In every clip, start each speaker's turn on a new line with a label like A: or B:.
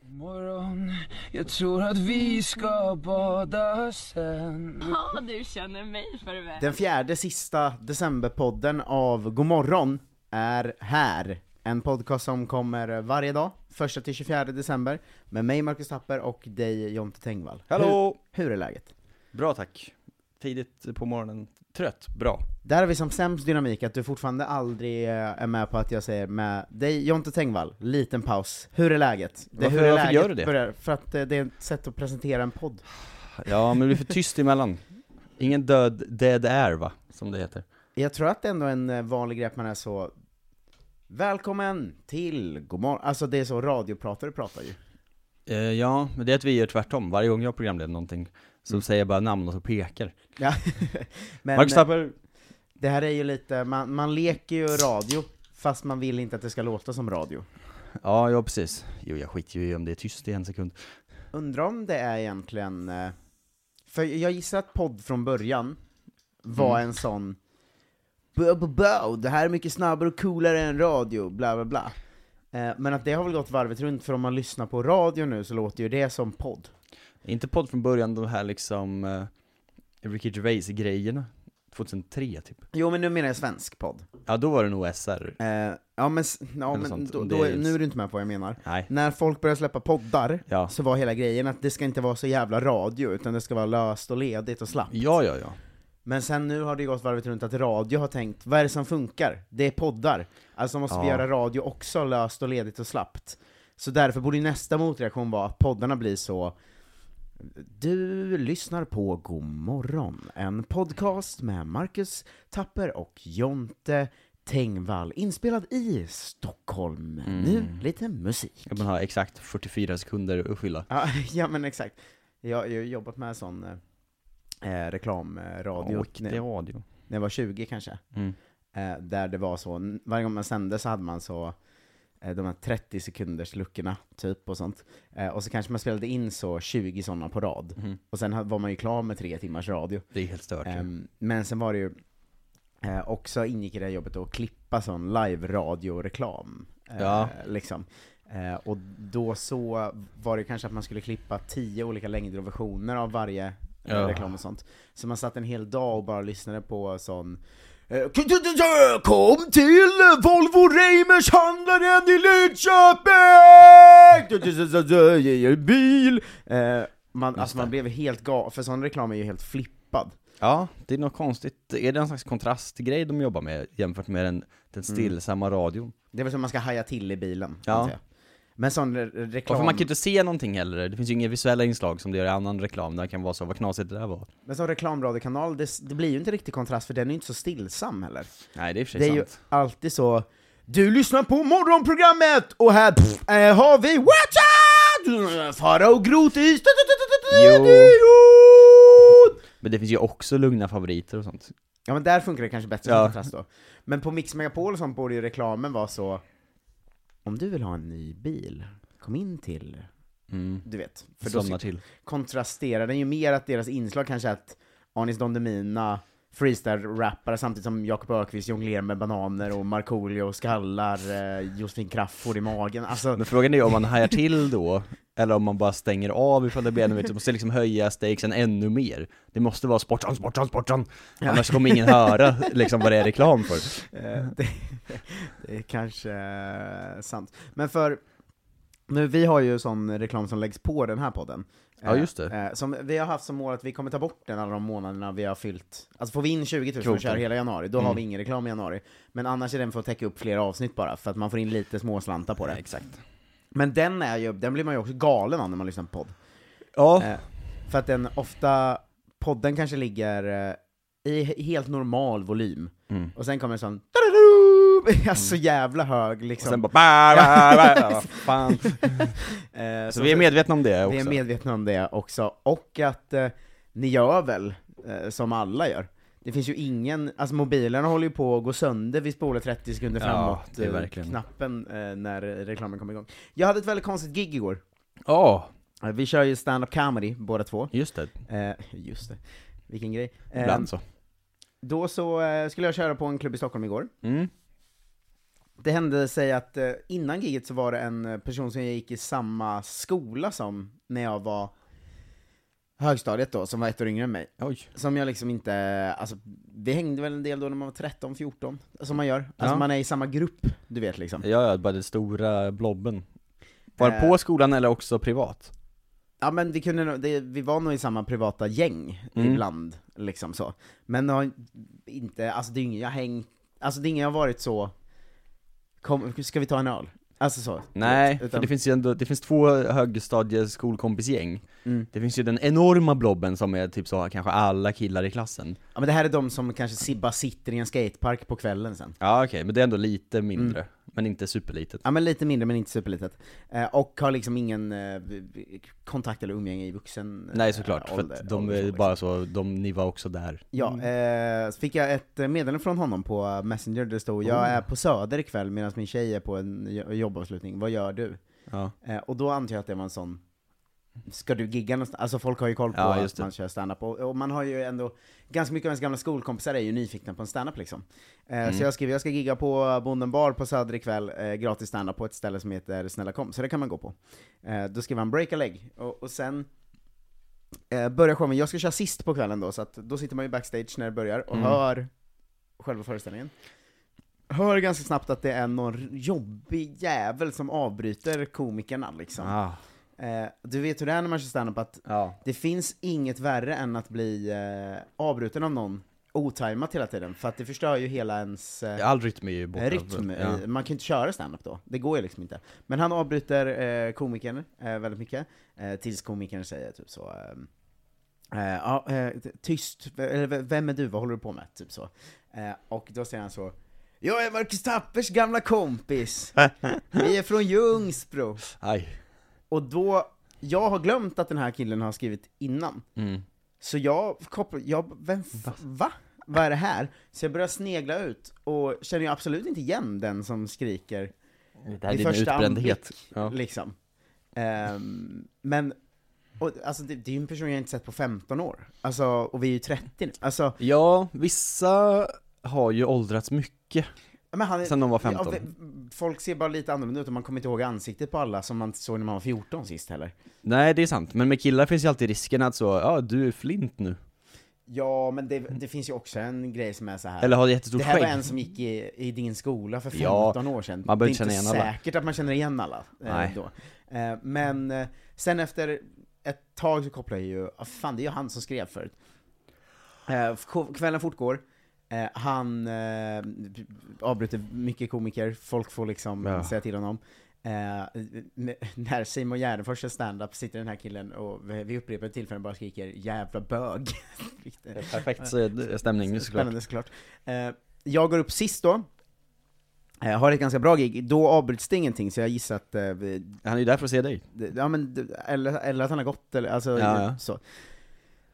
A: Morgon, jag tror att vi ska bada sen
B: Ja, du känner mig för väl.
C: Den fjärde sista decemberpodden av Godmorgon är här. En podcast som kommer varje dag, första till 24 december, med mig Marcus Tapper och dig Jonte Tengvall.
D: Hallå!
C: Hur, hur är läget?
D: Bra tack. Tidigt på morgonen. Trött. Bra.
C: Där har vi som sämst dynamik, att du fortfarande aldrig eh, är med på att jag säger med dig Jonte Tengvall, liten paus. Hur är läget? Det,
D: Varför-
C: hur är
D: varför gör du det?
C: Börjar, för att eh, det är ett sätt att presentera en podd.
D: Ja, men det blir för tyst emellan. Ingen död, dead air va? Som det heter.
C: Jag tror att det ändå är en eh, vanlig grej att man är så Välkommen till Godmorgon, alltså det är så radiopratare pratar ju.
D: Eh, ja, men det är att vi gör tvärtom. Varje gång jag programleder någonting så säger jag bara namn och så pekar.
C: Ja. Men
D: Marcus
C: eh,
D: Tapper.
C: det här är ju lite, man, man leker ju radio, fast man vill inte att det ska låta som radio.
D: Ja, ja precis. Jo, jag skiter ju i om det är tyst i en sekund.
C: Undrar om det är egentligen, eh, för jag gissar att podd från början var
D: Mm.
C: en sån bo, bo, bo, det här är mycket snabbare och coolare än radio, bla bla bla. Eh, Men att det har väl gått varvet runt, för om man lyssnar på radio nu så låter ju det som podd.
D: Inte podd från början, de här liksom eh, Ricky Gervais-grejerna. 2003 typ.
C: Jo men nu menar jag svensk podd.
D: Ja, då var det nog SR.
C: Eh, ja men, s- ja,
D: Eller
C: men
D: sånt,
C: då,
D: om det
C: då,
D: är-
C: är- nu är du inte med på vad jag menar.
D: Nej.
C: När folk började släppa poddar
D: Ja.
C: så var hela grejen att det ska inte vara så jävla radio, utan det ska vara löst och ledigt och slappt.
D: Ja, ja, ja.
C: Men sen nu har det gått varvet runt att radio har tänkt, vad är det som funkar? Det är poddar. Alltså måste vi
D: Ja.
C: göra radio också löst och ledigt och slappt. Så därför borde ju nästa motreaktion vara att poddarna blir så du lyssnar på God morgon, en podcast med Marcus Tapper och Jonte Tengvall, inspelad i Stockholm.
D: Mm.
C: Nu lite musik.
D: Man har exakt 44 sekunder att skylla.
C: Ja, ja men exakt. Jag jag har ju jobbat med sån eh, eh, reklamradio
D: Ja, och det är radio.
C: när jag var 20 kanske.
D: Mm.
C: Eh, där det var så, n- varje gång man sände så hade man så, eh, de här 30 sekunders luckorna typ och sånt. Eh, och så kanske man spelade in så 20 sådana på rad. Och sen ha- var man ju klar med tre timmars radio.
D: Det är helt stört. ju.
C: Ehm, men sen var det ju, eh, också ingick i det här jobbet att klippa sån live-radioreklam. Eh,
D: Ja.
C: Liksom. Eh, och då så var det kanske att man skulle klippa tio olika längder och versioner av varje eh,
D: Ja.
C: reklam och sånt. Så man satt en hel dag och bara lyssnade på sån eh, Kom till Volvo Reimers handlaren i Linköping! Bil! Eh, man, alltså man blev helt galen, för sån reklam är ju helt flippad.
D: Ja, det är något konstigt. Är det en slags kontrastgrej de jobbar med jämfört med den, den stillsamma radion?
C: Det är väl som man ska haja till i bilen,
D: Ja.
C: antar jag. Men sån re-
D: Och för
C: reklam,
D: man kan ju inte se någonting heller. Det finns ju inga visuella inslag som det gör i annan reklam. Där det kan vara så, vad knasigt det där var.
C: men sån reklamradiokanal, det, s- det blir ju inte riktig kontrast för den är ju inte så stillsam heller.
D: Nej, det är i och för
C: Det
D: sig
C: är ju
D: sant.
C: alltid så, du lyssnar på morgonprogrammet och här pff, eh, har vi Whatcha! Farao Grotis!
D: Jo.
C: Jo.
D: Men det finns ju också lugna favoriter och sånt.
C: Ja men där funkar det kanske bättre
D: Ja.
C: som kontrast då. Men på Mix Megapol och sånt borde ju reklamen vara så, om du vill ha en ny bil, kom in till,
D: Mm.
C: du vet.
D: För
C: då
D: Somnar till.
C: kontrasterar den ju mer att deras inslag kanske är att Anis Don Demina freestyle-rappar samtidigt som Jakob Ökvist jonglerar med bananer och Markoolio skallar eh, Josefin Crafoord i magen. Alltså,
D: Men frågan är ju om man hajar till då, eller om man bara stänger av ifall det blir ännu mer. Man måste liksom höja stakesen ännu mer. Det måste vara sportsan, sportsan, sportsan. Annars kommer ingen höra liksom vad det är reklam för.
C: eh,
D: Mm.
C: det, det är kanske eh, sant. Men för, nu vi har ju sån reklam som läggs på den här podden,
D: Ja, just det.
C: Eh, Som vi har haft som mål att vi kommer ta bort den alla de månaderna vi har fyllt, alltså får vi in 20 000 och
D: Kvoten.
C: kör hela januari, då har
D: Mm.
C: vi ingen reklam i januari. Men annars är den för att täcka upp flera avsnitt bara, för att man får in lite småslantar på det.
D: Exakt.
C: Men den är ju, den blir man ju också galen av när man lyssnar på podd.
D: Ja,
C: Eh, För att den ofta, podden kanske ligger eh, i he- helt normal volym,
D: Mm.
C: och sen kommer en sån tadadoo, alltså jävla hög
D: och
C: liksom.
D: sen bara... Bah, bah, bah, vad fan.
C: Eh,
D: Så vi är medvetna om det
C: Vi är
D: också.
C: medvetna om det också, och att eh, ni gör väl eh, som alla gör. Det finns ju ingen, alltså mobilerna håller ju på att gå sönder vid spola 30 sekunder
D: Ja,
C: framåt,
D: det är
C: eh,
D: verkligen.
C: knappen eh, när reklamen kommer igång. Jag hade ett väldigt konstigt gig igår.
D: Ja,
C: Eh, Vi kör ju stand-up comedy båda två.
D: just det.
C: Eh, just det, vilken grej. Eh,
D: Ibland så.
C: Då så eh, skulle jag köra på en klubb i Stockholm igår.
D: Mm.
C: Det hände sig att eh, innan giget så var det en eh, person som jag gick i samma skola som när jag var högstadiet då, som var ett år yngre än mig.
D: Oj.
C: Som jag liksom inte, alltså det hängde väl en del då när man var 13, 14, som man gör. Alltså
D: Ja.
C: man är i samma grupp, du vet liksom.
D: Ja, ja, bara den stora blobben. Var
C: Eh.
D: på skolan eller också privat?
C: Ja men vi kunde nog- det, vi var nog i samma privata gäng
D: Mm.
C: ibland, liksom så. Men det har inte, alltså det är ingen jag hängt, alltså det är ingen jag har varit så, kom, ska vi ta en öl? Alltså så.
D: Nej,
C: Utan-
D: för det finns ju ändå, det finns två högstadieskolkompisgäng
C: Mm.
D: Det finns ju den enorma blobben som är typ så, kanske alla killar i klassen
C: Ja men det här är de som kanske Sibba sitter i en skatepark på kvällen sen.
D: Ja okej, men det är ändå lite
C: Mm.
D: mindre, men inte superlitet
C: Ja men lite mindre men inte superlitet. Eh, och har liksom ingen eh, kontakt eller umgänge i vuxen eh,
D: Nej såklart, för
C: ålder-
D: att de
C: ålder så,
D: är
C: liksom.
D: bara så, de, ni var också där
C: Ja, eh, så fick jag ett eh, meddelande från honom på Messenger där det stod 'Jag är på Söder ikväll medan min tjej är på en jo- jobbavslutning, vad gör du?'
D: Ja,
C: Eh, och då antar jag att det var en sån, ska du gigga någonstans? Alltså folk har ju koll på
D: Ja, just
C: att
D: det.
C: man kör standup, och, och man har ju ändå, ganska mycket av ens gamla skolkompisar är ju nyfikna på en standup liksom. Eh,
D: Mm.
C: Så jag skrev, jag ska gigga på Bonden bar på Söder ikväll, eh, gratis standup på ett ställe som heter Snälla kom, så det kan man gå på. Eh, då skrev han 'break a leg' och, och sen eh, börjar showen, jag ska köra sist på kvällen då, så att då sitter man ju backstage när det börjar och
D: Mm.
C: hör själva föreställningen. Hör ganska snabbt att det är någon jobbig jävel som avbryter komikerna liksom.
D: ah.
C: Eh, du vet hur det är när man kör standup, att
D: ja.
C: det finns inget värre än att bli eh, avbruten av någon otajmat hela tiden, för att det förstör ju hela ens eh,
D: all rytm är ju borta
C: rytm.
D: ja.
C: Eh, Man kan ju inte köra standup då, det går ju liksom inte. Men han avbryter eh, komikern eh, väldigt mycket, eh, tills komikern säger typ så ehm, eh, ja, eh, tyst, v- eller v- vem är du, vad håller du på med? Typ så. Eh, och då säger han så Jag är Marcus Tappers gamla kompis! Vi är från Ljungsbro!
D: Aj,
C: Och då, jag har glömt att den här killen har skrivit innan.
D: Mm.
C: Så jag kopplar, jag, vem, f- va? Vad är det här? Så jag börjar snegla ut och känner ju absolut inte igen den som skriker
D: det här är
C: vid
D: din
C: första
D: utbrändhet
C: anblick,
D: ja.
C: liksom. Ehm, men, och, alltså det, det är ju en person jag inte sett på 15 år. Alltså, och vi är ju 30 nu. Alltså,
D: ja, vissa har ju åldrats mycket
C: men han, är-
D: Sen de var 15.
C: Ja, vi- folk ser bara lite annorlunda ut och man kommer inte ihåg ansiktet på alla som man såg när man var 14 sist heller.
D: Nej det är sant, men med killar finns ju alltid risken att så, ja du är flint nu
C: Ja, men det, det finns ju också en grej som är så här.
D: Eller har jättestort
C: Det här
D: skägg
C: var en som gick i, i din skola för 15
D: Ja,
C: år sedan.
D: man
C: det är
D: behöver
C: inte
D: inte känna igen alla.
C: säkert att man känner igen alla. Eh,
D: Nej.
C: då. Eh, men eh, sen efter ett tag så kopplar jag ju, ah, fan det är ju han som skrev förut. Eh, k- kvällen fortgår, eh, han eh, avbryter mycket komiker, folk får liksom
D: Ja.
C: säga till honom. Eh, n- när Simon Gärdenfors kör standup sitter den här killen och vid upprepade tillfällen bara skriker 'jävla bög'
D: Perfekt så- stämning såklart
C: Spännande såklart. Eh, jag går upp sist då, eh, har ett ganska bra gig, då avbryts det ingenting så jag gissar att, eh, vi-
D: Han är ju där för att se dig.
C: det- ja, men, det- eller, eller att han har gått eller alltså,
D: Ja, ja.
C: så.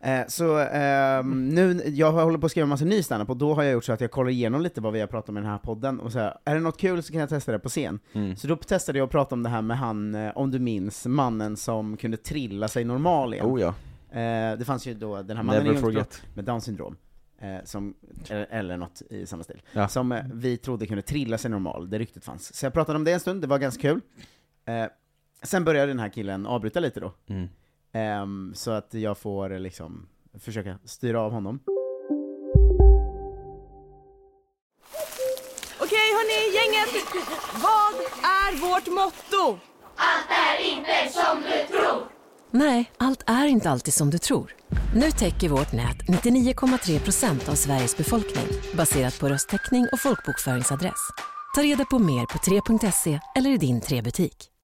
C: Eh, Så ehm, nu, jag håller på att skriva en massa ny standup och då har jag gjort så att jag kollar igenom lite vad vi har pratat om i den här podden och så här, är det något kul så kan jag testa det på scen.
D: Mm.
C: Så då testade jag att prata om det här med han, eh, om du minns, mannen som kunde trilla sig normal igen.
D: Oh ja.
C: Eh, det fanns ju då den här mannen
D: Never
C: i Ljungsbro
D: forget.
C: med Downs syndrom, eh, som, eller, eller något i samma stil,
D: Ja.
C: som eh, vi trodde kunde trilla sig normal, det ryktet fanns. Så jag pratade om det en stund, det var ganska kul. Eh, sen började den här killen avbryta lite då,
D: Mm.
C: Ehm, så att jag får eh, liksom försöka styra av honom.
E: Okej hörni, gänget! Vad är vårt motto? Allt är inte som du tror!
F: Nej, allt är inte alltid som du tror. Nu täcker vårt nät 99,3 procent av Sveriges befolkning baserat på röstteckning och folkbokföringsadress. Ta reda på mer på 3.se eller i din 3-butik.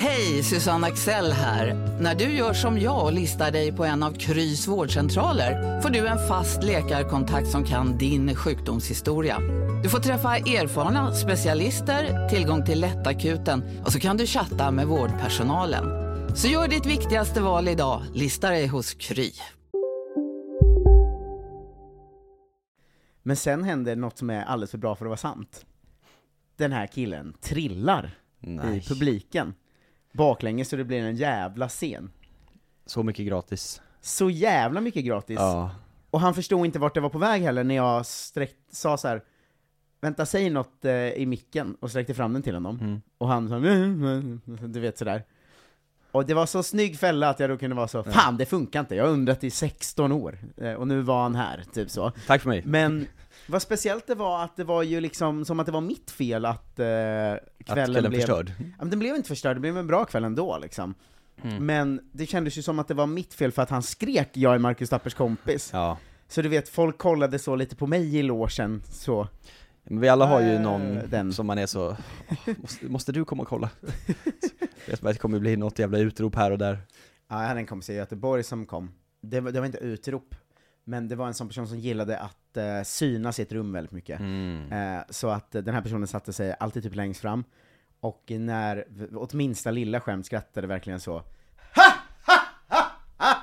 G: Hej, Susanne Axel här. När du gör som jag och listar dig på en av Krys vårdcentraler får du en fast läkarkontakt som kan din sjukdomshistoria. Du får träffa erfarna specialister, tillgång till lättakuten och så kan du chatta med vårdpersonalen. Så gör ditt viktigaste val idag, listar dig hos Kry.
C: Men sen händer något som är alldeles för bra för att vara sant. Den här killen trillar i
D: Nej.
C: publiken. Baklänges så det blir en jävla scen.
D: Så mycket gratis.
C: Så jävla mycket gratis.
D: Ja.
C: Och han förstod inte vart det var på väg heller när jag sträck, sa så här. Vänta, säg något eh, i micken och sträckte fram den till honom. Och han sa "Mm, mm, mm", du vet sådär. Och det var så snygg fälla att jag då kunde vara så, fan det funkar inte, jag har undrat i 16 år. Eh, och nu var han här, typ så.
D: Tack för mig.
C: Men vad speciellt det var att det var ju liksom som att det var mitt fel att eh, kvällen,
D: kvällen
C: blev...
D: förstörd.
C: Ja, men den blev inte förstörd, det blev en bra kväll ändå liksom.
D: Mm.
C: Men det kändes ju som att det var mitt fel för att han skrek 'Jag är Marcus Tappers kompis'
D: Ja.
C: Så du vet, folk kollade så lite på mig i logen, så
D: Men vi alla har ju
C: Eh,
D: någon
C: den.
D: som man är så, "Åh, måste, måste du komma och kolla? Vet man att det kommer bli något jävla utrop här och där.
C: Ja, jag hade en kompis i Göteborg som kom. Det var, det var inte utrop, men det var en sån person som gillade att eh, synas i ett rum väldigt mycket.
D: Mm.
C: Eh, så att eh, den här personen satte sig alltid typ längst fram, och när, åt minsta lilla skämt skrattade verkligen så ha, ha, ha, ha!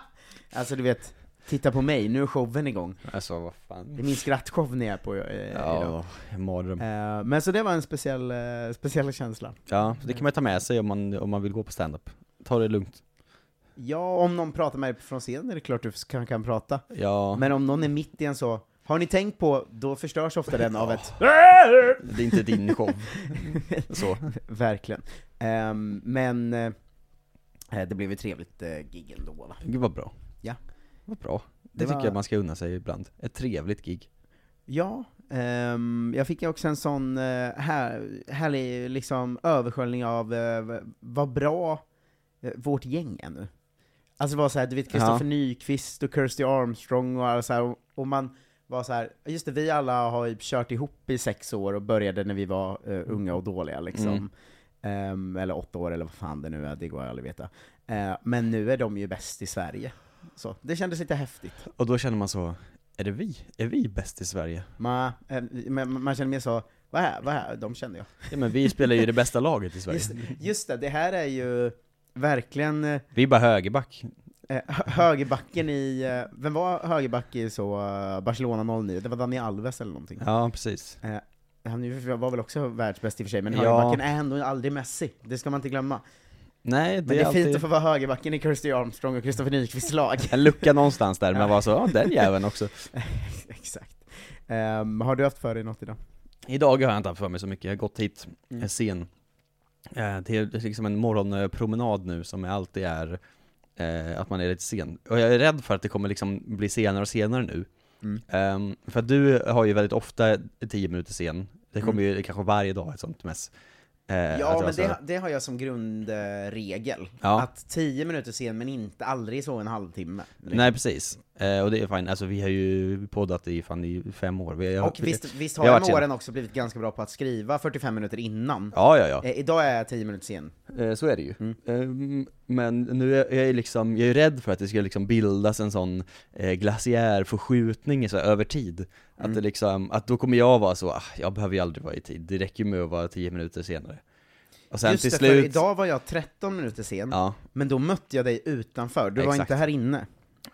C: Alltså du vet, titta på mig, nu är showen igång.
D: Alltså vad
C: Det är
D: fan.
C: min skrattshow ni är på eh, idag.
D: Ja, en mardröm.
C: Eh, men så det var en speciell, eh, speciell känsla.
D: Ja,
C: eh.
D: så det kan man ta med sig om man, om man vill gå på stand-up. Ta det lugnt.
C: Ja, om någon pratar med dig från scenen är det klart du kan, kan prata.
D: Ja,
C: Men om någon är mitt i en så, har ni tänkt på, då förstörs ofta den av ett
D: det är inte din show. Så.
C: Verkligen. Ehm, men eh, det blev ett trevligt eh, gig ändå va?
D: Gud vad bra.
C: Ja.
D: Vad bra. Det,
C: Det
D: tycker
C: var-
D: jag man ska unna sig ibland. Ett trevligt gig.
C: Ja, ehm, jag fick ju också en sån eh, här, härlig liksom, översköljning av eh, vad bra eh, vårt gäng är nu. Alltså det var såhär, du vet Kristoffer Nyqvist och Kirsty Armstrong och alla så här, och, och man var så här, just det, vi alla har ju kört ihop i sex år och började när vi var eh, unga och dåliga liksom. Ehm, eller åtta år eller vad fan det nu är, det går jag aldrig veta. Eh, men nu är de ju bäst i Sverige. Så, det kändes lite häftigt.
D: Och då känner man så, är det vi? Är vi bäst i Sverige?
C: Man, eh, man, man känner mer så, vad är, vad är, de kände jag.
D: Ja men vi spelar ju det bästa laget i Sverige.
C: Just, just det, det här är ju verkligen eh,
D: Vi är bara högerback.
C: hö- högerbacken i, eh, vem var högerback i så eh, Barcelona 09? Det var Dani Alves eller någonting.
D: Ja, precis.
C: Eh, han ju- var väl också världsbäst i och för sig, men
D: Ja.
C: högerbacken är ändå aldrig Messi, det ska man inte glömma.
D: Nej, det,
C: Men det är,
D: alltid
C: fint att få vara högerbacken i Kirsty Armstrong och Kristoffer Nyqvists lag.
D: en lucka någonstans där, men var så, ja den jäveln också.
C: Exakt. Ehm, har du haft för dig något
D: Eh,
C: idag?
D: Idag har jag inte haft för mig så mycket, jag har gått hit
C: Mm.
D: eh, sen. Eh, Det är liksom en morgonpromenad nu som alltid är eh, att man är lite sen. Och jag är rädd för att det kommer liksom bli senare och senare nu.
C: Mm.
D: Ehm, för att du har ju väldigt ofta 10 minuter sen. Det kommer ju kanske varje dag ett sånt mess. Eh, att
C: Mm. Ja,
D: jag
C: men
D: så-
C: det, det har jag som grundregel.
D: Ja.
C: Att 10 minuter sen, men inte aldrig så en halvtimme.
D: Nej precis, eh, och det är fint. Alltså vi har ju poddat i fan i fem år. Vi,
C: Och visst, visst har
D: vi
C: jag
D: har varit
C: med
D: sena.
C: åren också blivit ganska bra på att skriva 45 minuter innan.
D: Ja, ja, ja.
C: Eh, idag är jag 10 minuter sen.
D: Eh, Så är det ju.
C: Mm.
D: Ehm, Men nu är jag, är liksom, jag är rädd för att det ska liksom bildas en sån eh, glaciärförskjutning så här, över tid. Att,
C: Mm.
D: det liksom, att då kommer jag vara så, ah, jag behöver ju aldrig vara i tid, det räcker ju med att vara tio minuter senare. Och sen
C: Just
D: till
C: det,
D: slut,
C: för idag var jag 13 minuter sen,
D: ja,
C: men då mötte jag dig utanför, du var
D: Exakt.
C: inte här inne.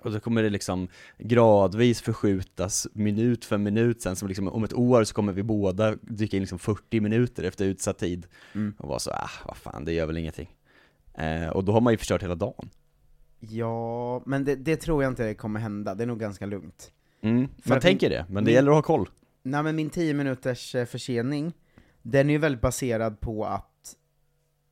D: och då kommer det liksom gradvis förskjutas minut för minut sen, som liksom, om ett år så kommer vi båda dyka in liksom 40 minuter efter utsatt tid.
C: Mm.
D: Och vara så, ah, vad fan, det gör väl ingenting. Eh, och då har man ju förstört hela dagen.
C: Ja, men det, det tror jag inte kommer hända, det är nog ganska lugnt.
D: Mm, man
C: att
D: tänker det, men det
C: min-
D: gäller att ha koll.
C: Nej men min 10 minuters eh, försening, den är ju väldigt baserad på att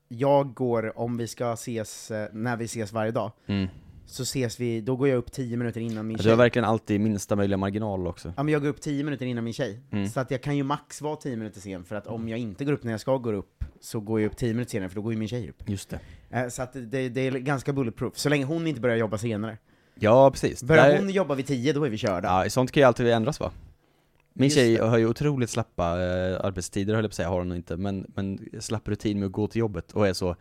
C: jag går, om vi ska ses, eh, när vi ses varje dag,
D: Mm.
C: så ses vi, då går jag upp 10 minuter innan min
D: Du har
C: tjej.
D: verkligen alltid minsta möjliga marginal också.
C: Ja men jag går upp 10 minuter innan min tjej,
D: Mm.
C: så att jag kan ju max vara 10 minuter sen, för att om jag inte går upp när jag ska gå upp, så går jag upp 10 minuter senare, för då går ju min tjej upp.
D: Just det.
C: Eh, Så att det, det är ganska bulletproof, så länge hon inte börjar jobba senare.
D: Ja, precis.
C: Börjar
D: Där-
C: hon jobba vid 10, då är vi körda.
D: Ja, sånt kan ju alltid ändras va? Min
C: Just
D: tjej har ju otroligt slappa eh, arbetstider höll jag på att säga, har hon nog inte, men, men slapp rutin med att gå till jobbet och är så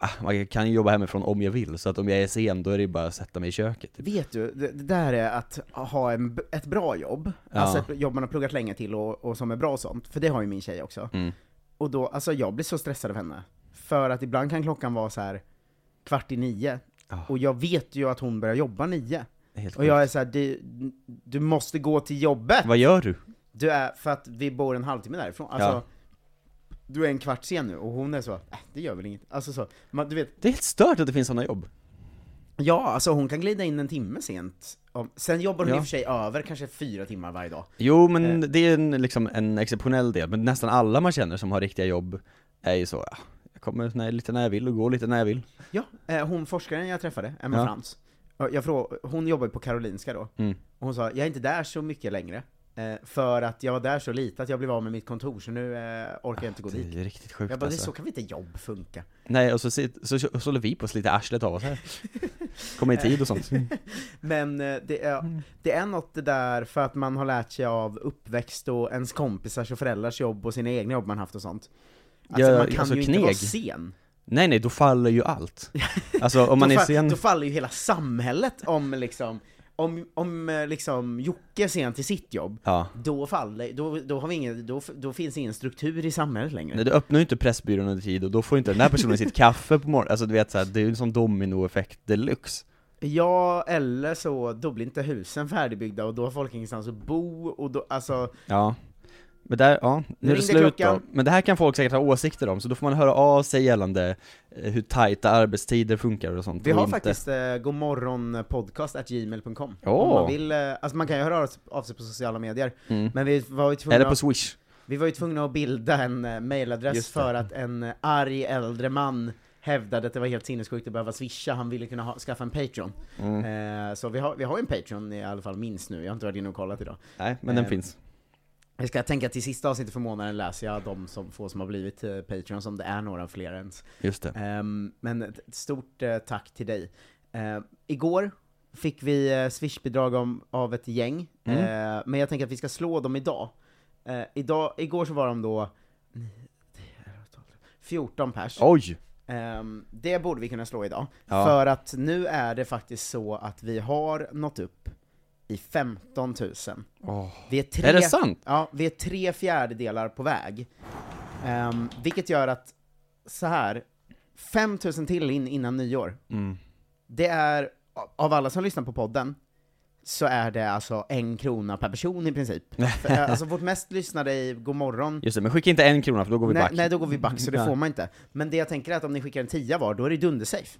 D: ah, man kan ju jobba hemifrån om jag vill, så att om jag är sen då är det ju bara att sätta mig i köket. Typ.
C: Vet du, det, det där är att ha en, b- ett bra jobb,
D: Ja.
C: alltså ett jobb man har pluggat länge till och, och som är bra och sånt, för det har ju min tjej också.
D: Mm.
C: Och då, alltså jag blir så stressad av henne. För att ibland kan klockan vara så här kvart i nio,
D: Ja.
C: och jag vet ju att hon börjar jobba nio.
D: Helt
C: Och jag är så här, du, du måste gå till jobbet!
D: Vad gör du?
C: Du är, för att vi bor en halvtimme därifrån. Alltså,
D: Ja.
C: du är en kvart sen nu, och hon är så, äh, det gör väl inget. Alltså så, man, du vet,
D: Det är helt stört att det finns sådana jobb.
C: Ja, alltså hon kan glida in en timme sent. Om- Sen jobbar hon i
D: Ja.
C: och för sig över kanske fyra timmar varje dag.
D: Jo men
C: Eh.
D: det är en, liksom en exceptionell del, men nästan alla man känner som har riktiga jobb är ju så, ah, jag kommer när, lite när jag vill och går lite när jag vill.
C: Ja, eh, hon forskaren jag träffade, Emma
D: Ja.
C: Frans, eh, jag frågade, hon jobbar ju på Karolinska då,
D: Mm.
C: och hon sa jag är inte där så mycket längre, eh, för att jag var där så lite att jag blev av med mitt kontor, så nu eh, orkar jag inte gå
D: Det
C: dit.
D: är riktigt sjukt
C: Jag bara, det är
D: alltså.
C: så kan väl inte jobb funka?
D: Nej, och så, sit, så, så, så håller vi på att slita arslet av oss här. Komma i tid och sånt.
C: Men eh, det är, det är något det där för att man har lärt sig av uppväxt och ens kompisars och föräldrars jobb och sina egna jobb man haft och sånt. Alltså,
D: Ja,
C: man kan
D: alltså
C: ju inte vara
D: kneg.
C: sen.
D: Nej nej, då faller ju allt. Alltså om man
C: då,
D: är
C: fa-
D: sen,
C: då faller ju hela samhället om liksom, om, om eh, liksom Jocke är sen till sitt jobb,
D: ja.
C: då faller, då, då har vi ingen, då, f- då finns ingen struktur i samhället längre.
D: Nej, du öppnar ju inte Pressbyrån under tid och då får ju inte den här personen sitt kaffe på morgonen. Alltså du vet såhär, det är ju en sån dominoeffekt deluxe.
C: Ja, eller så, då blir inte husen färdigbyggda och då har folk ingenstans att bo och då, alltså,
D: Ja. Men där, ja, nu är det
C: ringde
D: slut då.
C: klockan.
D: Men det här kan folk säkert ha åsikter om, så då får man höra av sig gällande eh, hur tajta arbetstider funkar och sånt.
C: vi
D: och
C: har
D: inte.
C: faktiskt eh, godmorgonpodcast.gmail.com Om
D: Åh.
C: man vill, eh, alltså man kan ju höra av sig- av sig på sociala medier,
D: Mm.
C: men vi var ju tvungna
D: Eller på swish.
C: Vi var ju tvungna att bilda en eh, mailadress
D: Just det.
C: för att en eh, arg äldre man hävdade att det var helt sinnessjukt att behöva swisha, han ville kunna ha, skaffa en Patreon.
D: Mm.
C: Eh, så vi har, vi har en Patreon i alla fall, minst nu, jag har inte varit inne och kollat idag.
D: Nej, men den
C: eh,
D: finns.
C: Jag ska tänka till sista avsnittet för månaden läser jag de som, få som har blivit eh, Patreon, som det är några fler ens.
D: Just det.
C: Ehm, men ett ett stort eh, tack till dig. Eh, igår fick vi eh, swishbidrag om, av ett gäng,
D: Mm.
C: eh, men jag tänker att vi ska slå dem idag. Eh, idag igår så var de då 14 pers.
D: Oj!
C: Ehm, det borde vi kunna slå idag,
D: Ja.
C: för att nu är det faktiskt så att vi har nått upp i 15 000.
D: Åh.
C: Vi är, tre,
D: Är det sant?
C: Ja, vi är tre fjärdedelar på väg. Ehm, vilket gör att, så här 5000 till in innan nyår.
D: Mm.
C: Det är, av alla som lyssnar på podden, så är det alltså en krona per person i princip. För, eh, alltså vårt mest lyssnade i Godmorgon,
D: Just det, men skicka inte en krona för då går vi
C: nej,
D: back.
C: nej då går vi back så det
D: Nej.
C: får man inte. Men det jag tänker är att om ni skickar en tia var, då är det dundersafe.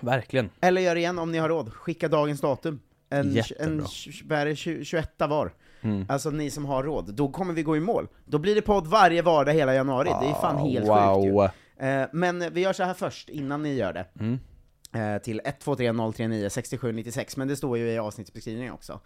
D: Verkligen.
C: Eller gör igen om ni har råd, skicka dagens datum. En,
D: Jättebra.
C: en tj- vad är det, tju- 21 var.
D: Mm.
C: Alltså ni som har råd, då kommer vi gå i mål. Då blir det podd varje vardag hela januari, det är fan helt sjukt ju.
D: Ah, wow.
C: Eh, Men vi gör så här först, innan ni gör det.
D: Mm.
C: Eh, Till 1230396796, men det står ju i avsnittsbeskrivningen också.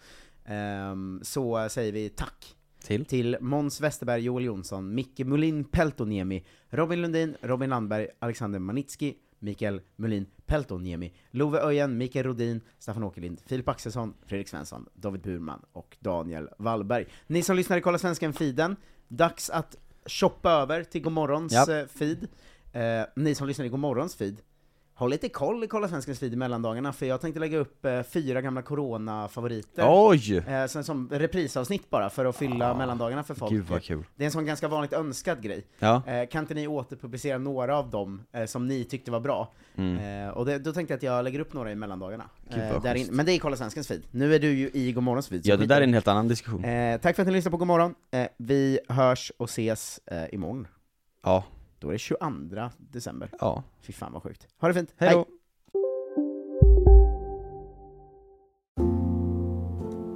C: Ehm, Så eh, säger vi tack
D: Till?
C: till Måns Westerberg, Joel Jonsson, Micke Mulin Peltoniemi, Robin Lundin, Robin Landberg, Alexander Manitski, Mikael Mulin Peltoniemi, Love Öjen, Mikael Rodin, Staffan Åkerlind, Filip Axelsson, Fredrik Svensson, David Burman och Daniel Wallberg. Ni som lyssnar i Kolla Svensken-feeden, dags att shoppa över till Godmorgons
D: Japp.
C: eh, feed. Eh, ni som lyssnar i Godmorgons feed, håll lite koll i Kolla Svenskens feed i mellandagarna, för jag tänkte lägga upp eh, fyra gamla corona-favoriter.
D: Oj!
C: Eh, sen som reprisavsnitt bara, för att fylla mellandagarna för folk.
D: Ah, Gud vad kul.
C: Det är en sån ganska vanligt önskad grej.
D: Ja.
C: Eh, kan inte ni återpublicera några av dem eh, som ni tyckte var bra?
D: Mm.
C: Eh, och det, då tänkte jag att jag lägger upp några i mellandagarna. eh,
D: Gud, vad
C: där
D: schysst.
C: in, men det är Kolla Svenskens feed. Nu är du ju i Gomorrons feed. så
D: Ja, det
C: skit
D: där
C: i
D: är en helt annan diskussion.
C: Eh, tack för att ni lyssnade på Godmorgon. Eh, vi hörs och ses eh, imorgon.
D: Ja.
C: Då är det 22 december.
D: Ja.
C: Fy fan vad sjukt. Ha det fint.
D: Hej då!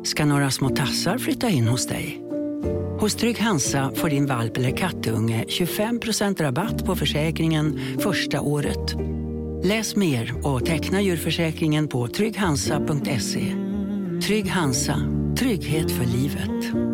H: ska några små tassar flytta in hos dig.
G: Hos Trygg Hansa får din valp eller kattunge 25% rabatt på försäkringen första året. Läs mer och teckna djurförsäkringen på trygghansa.se. Trygg Hansa, trygghet för livet.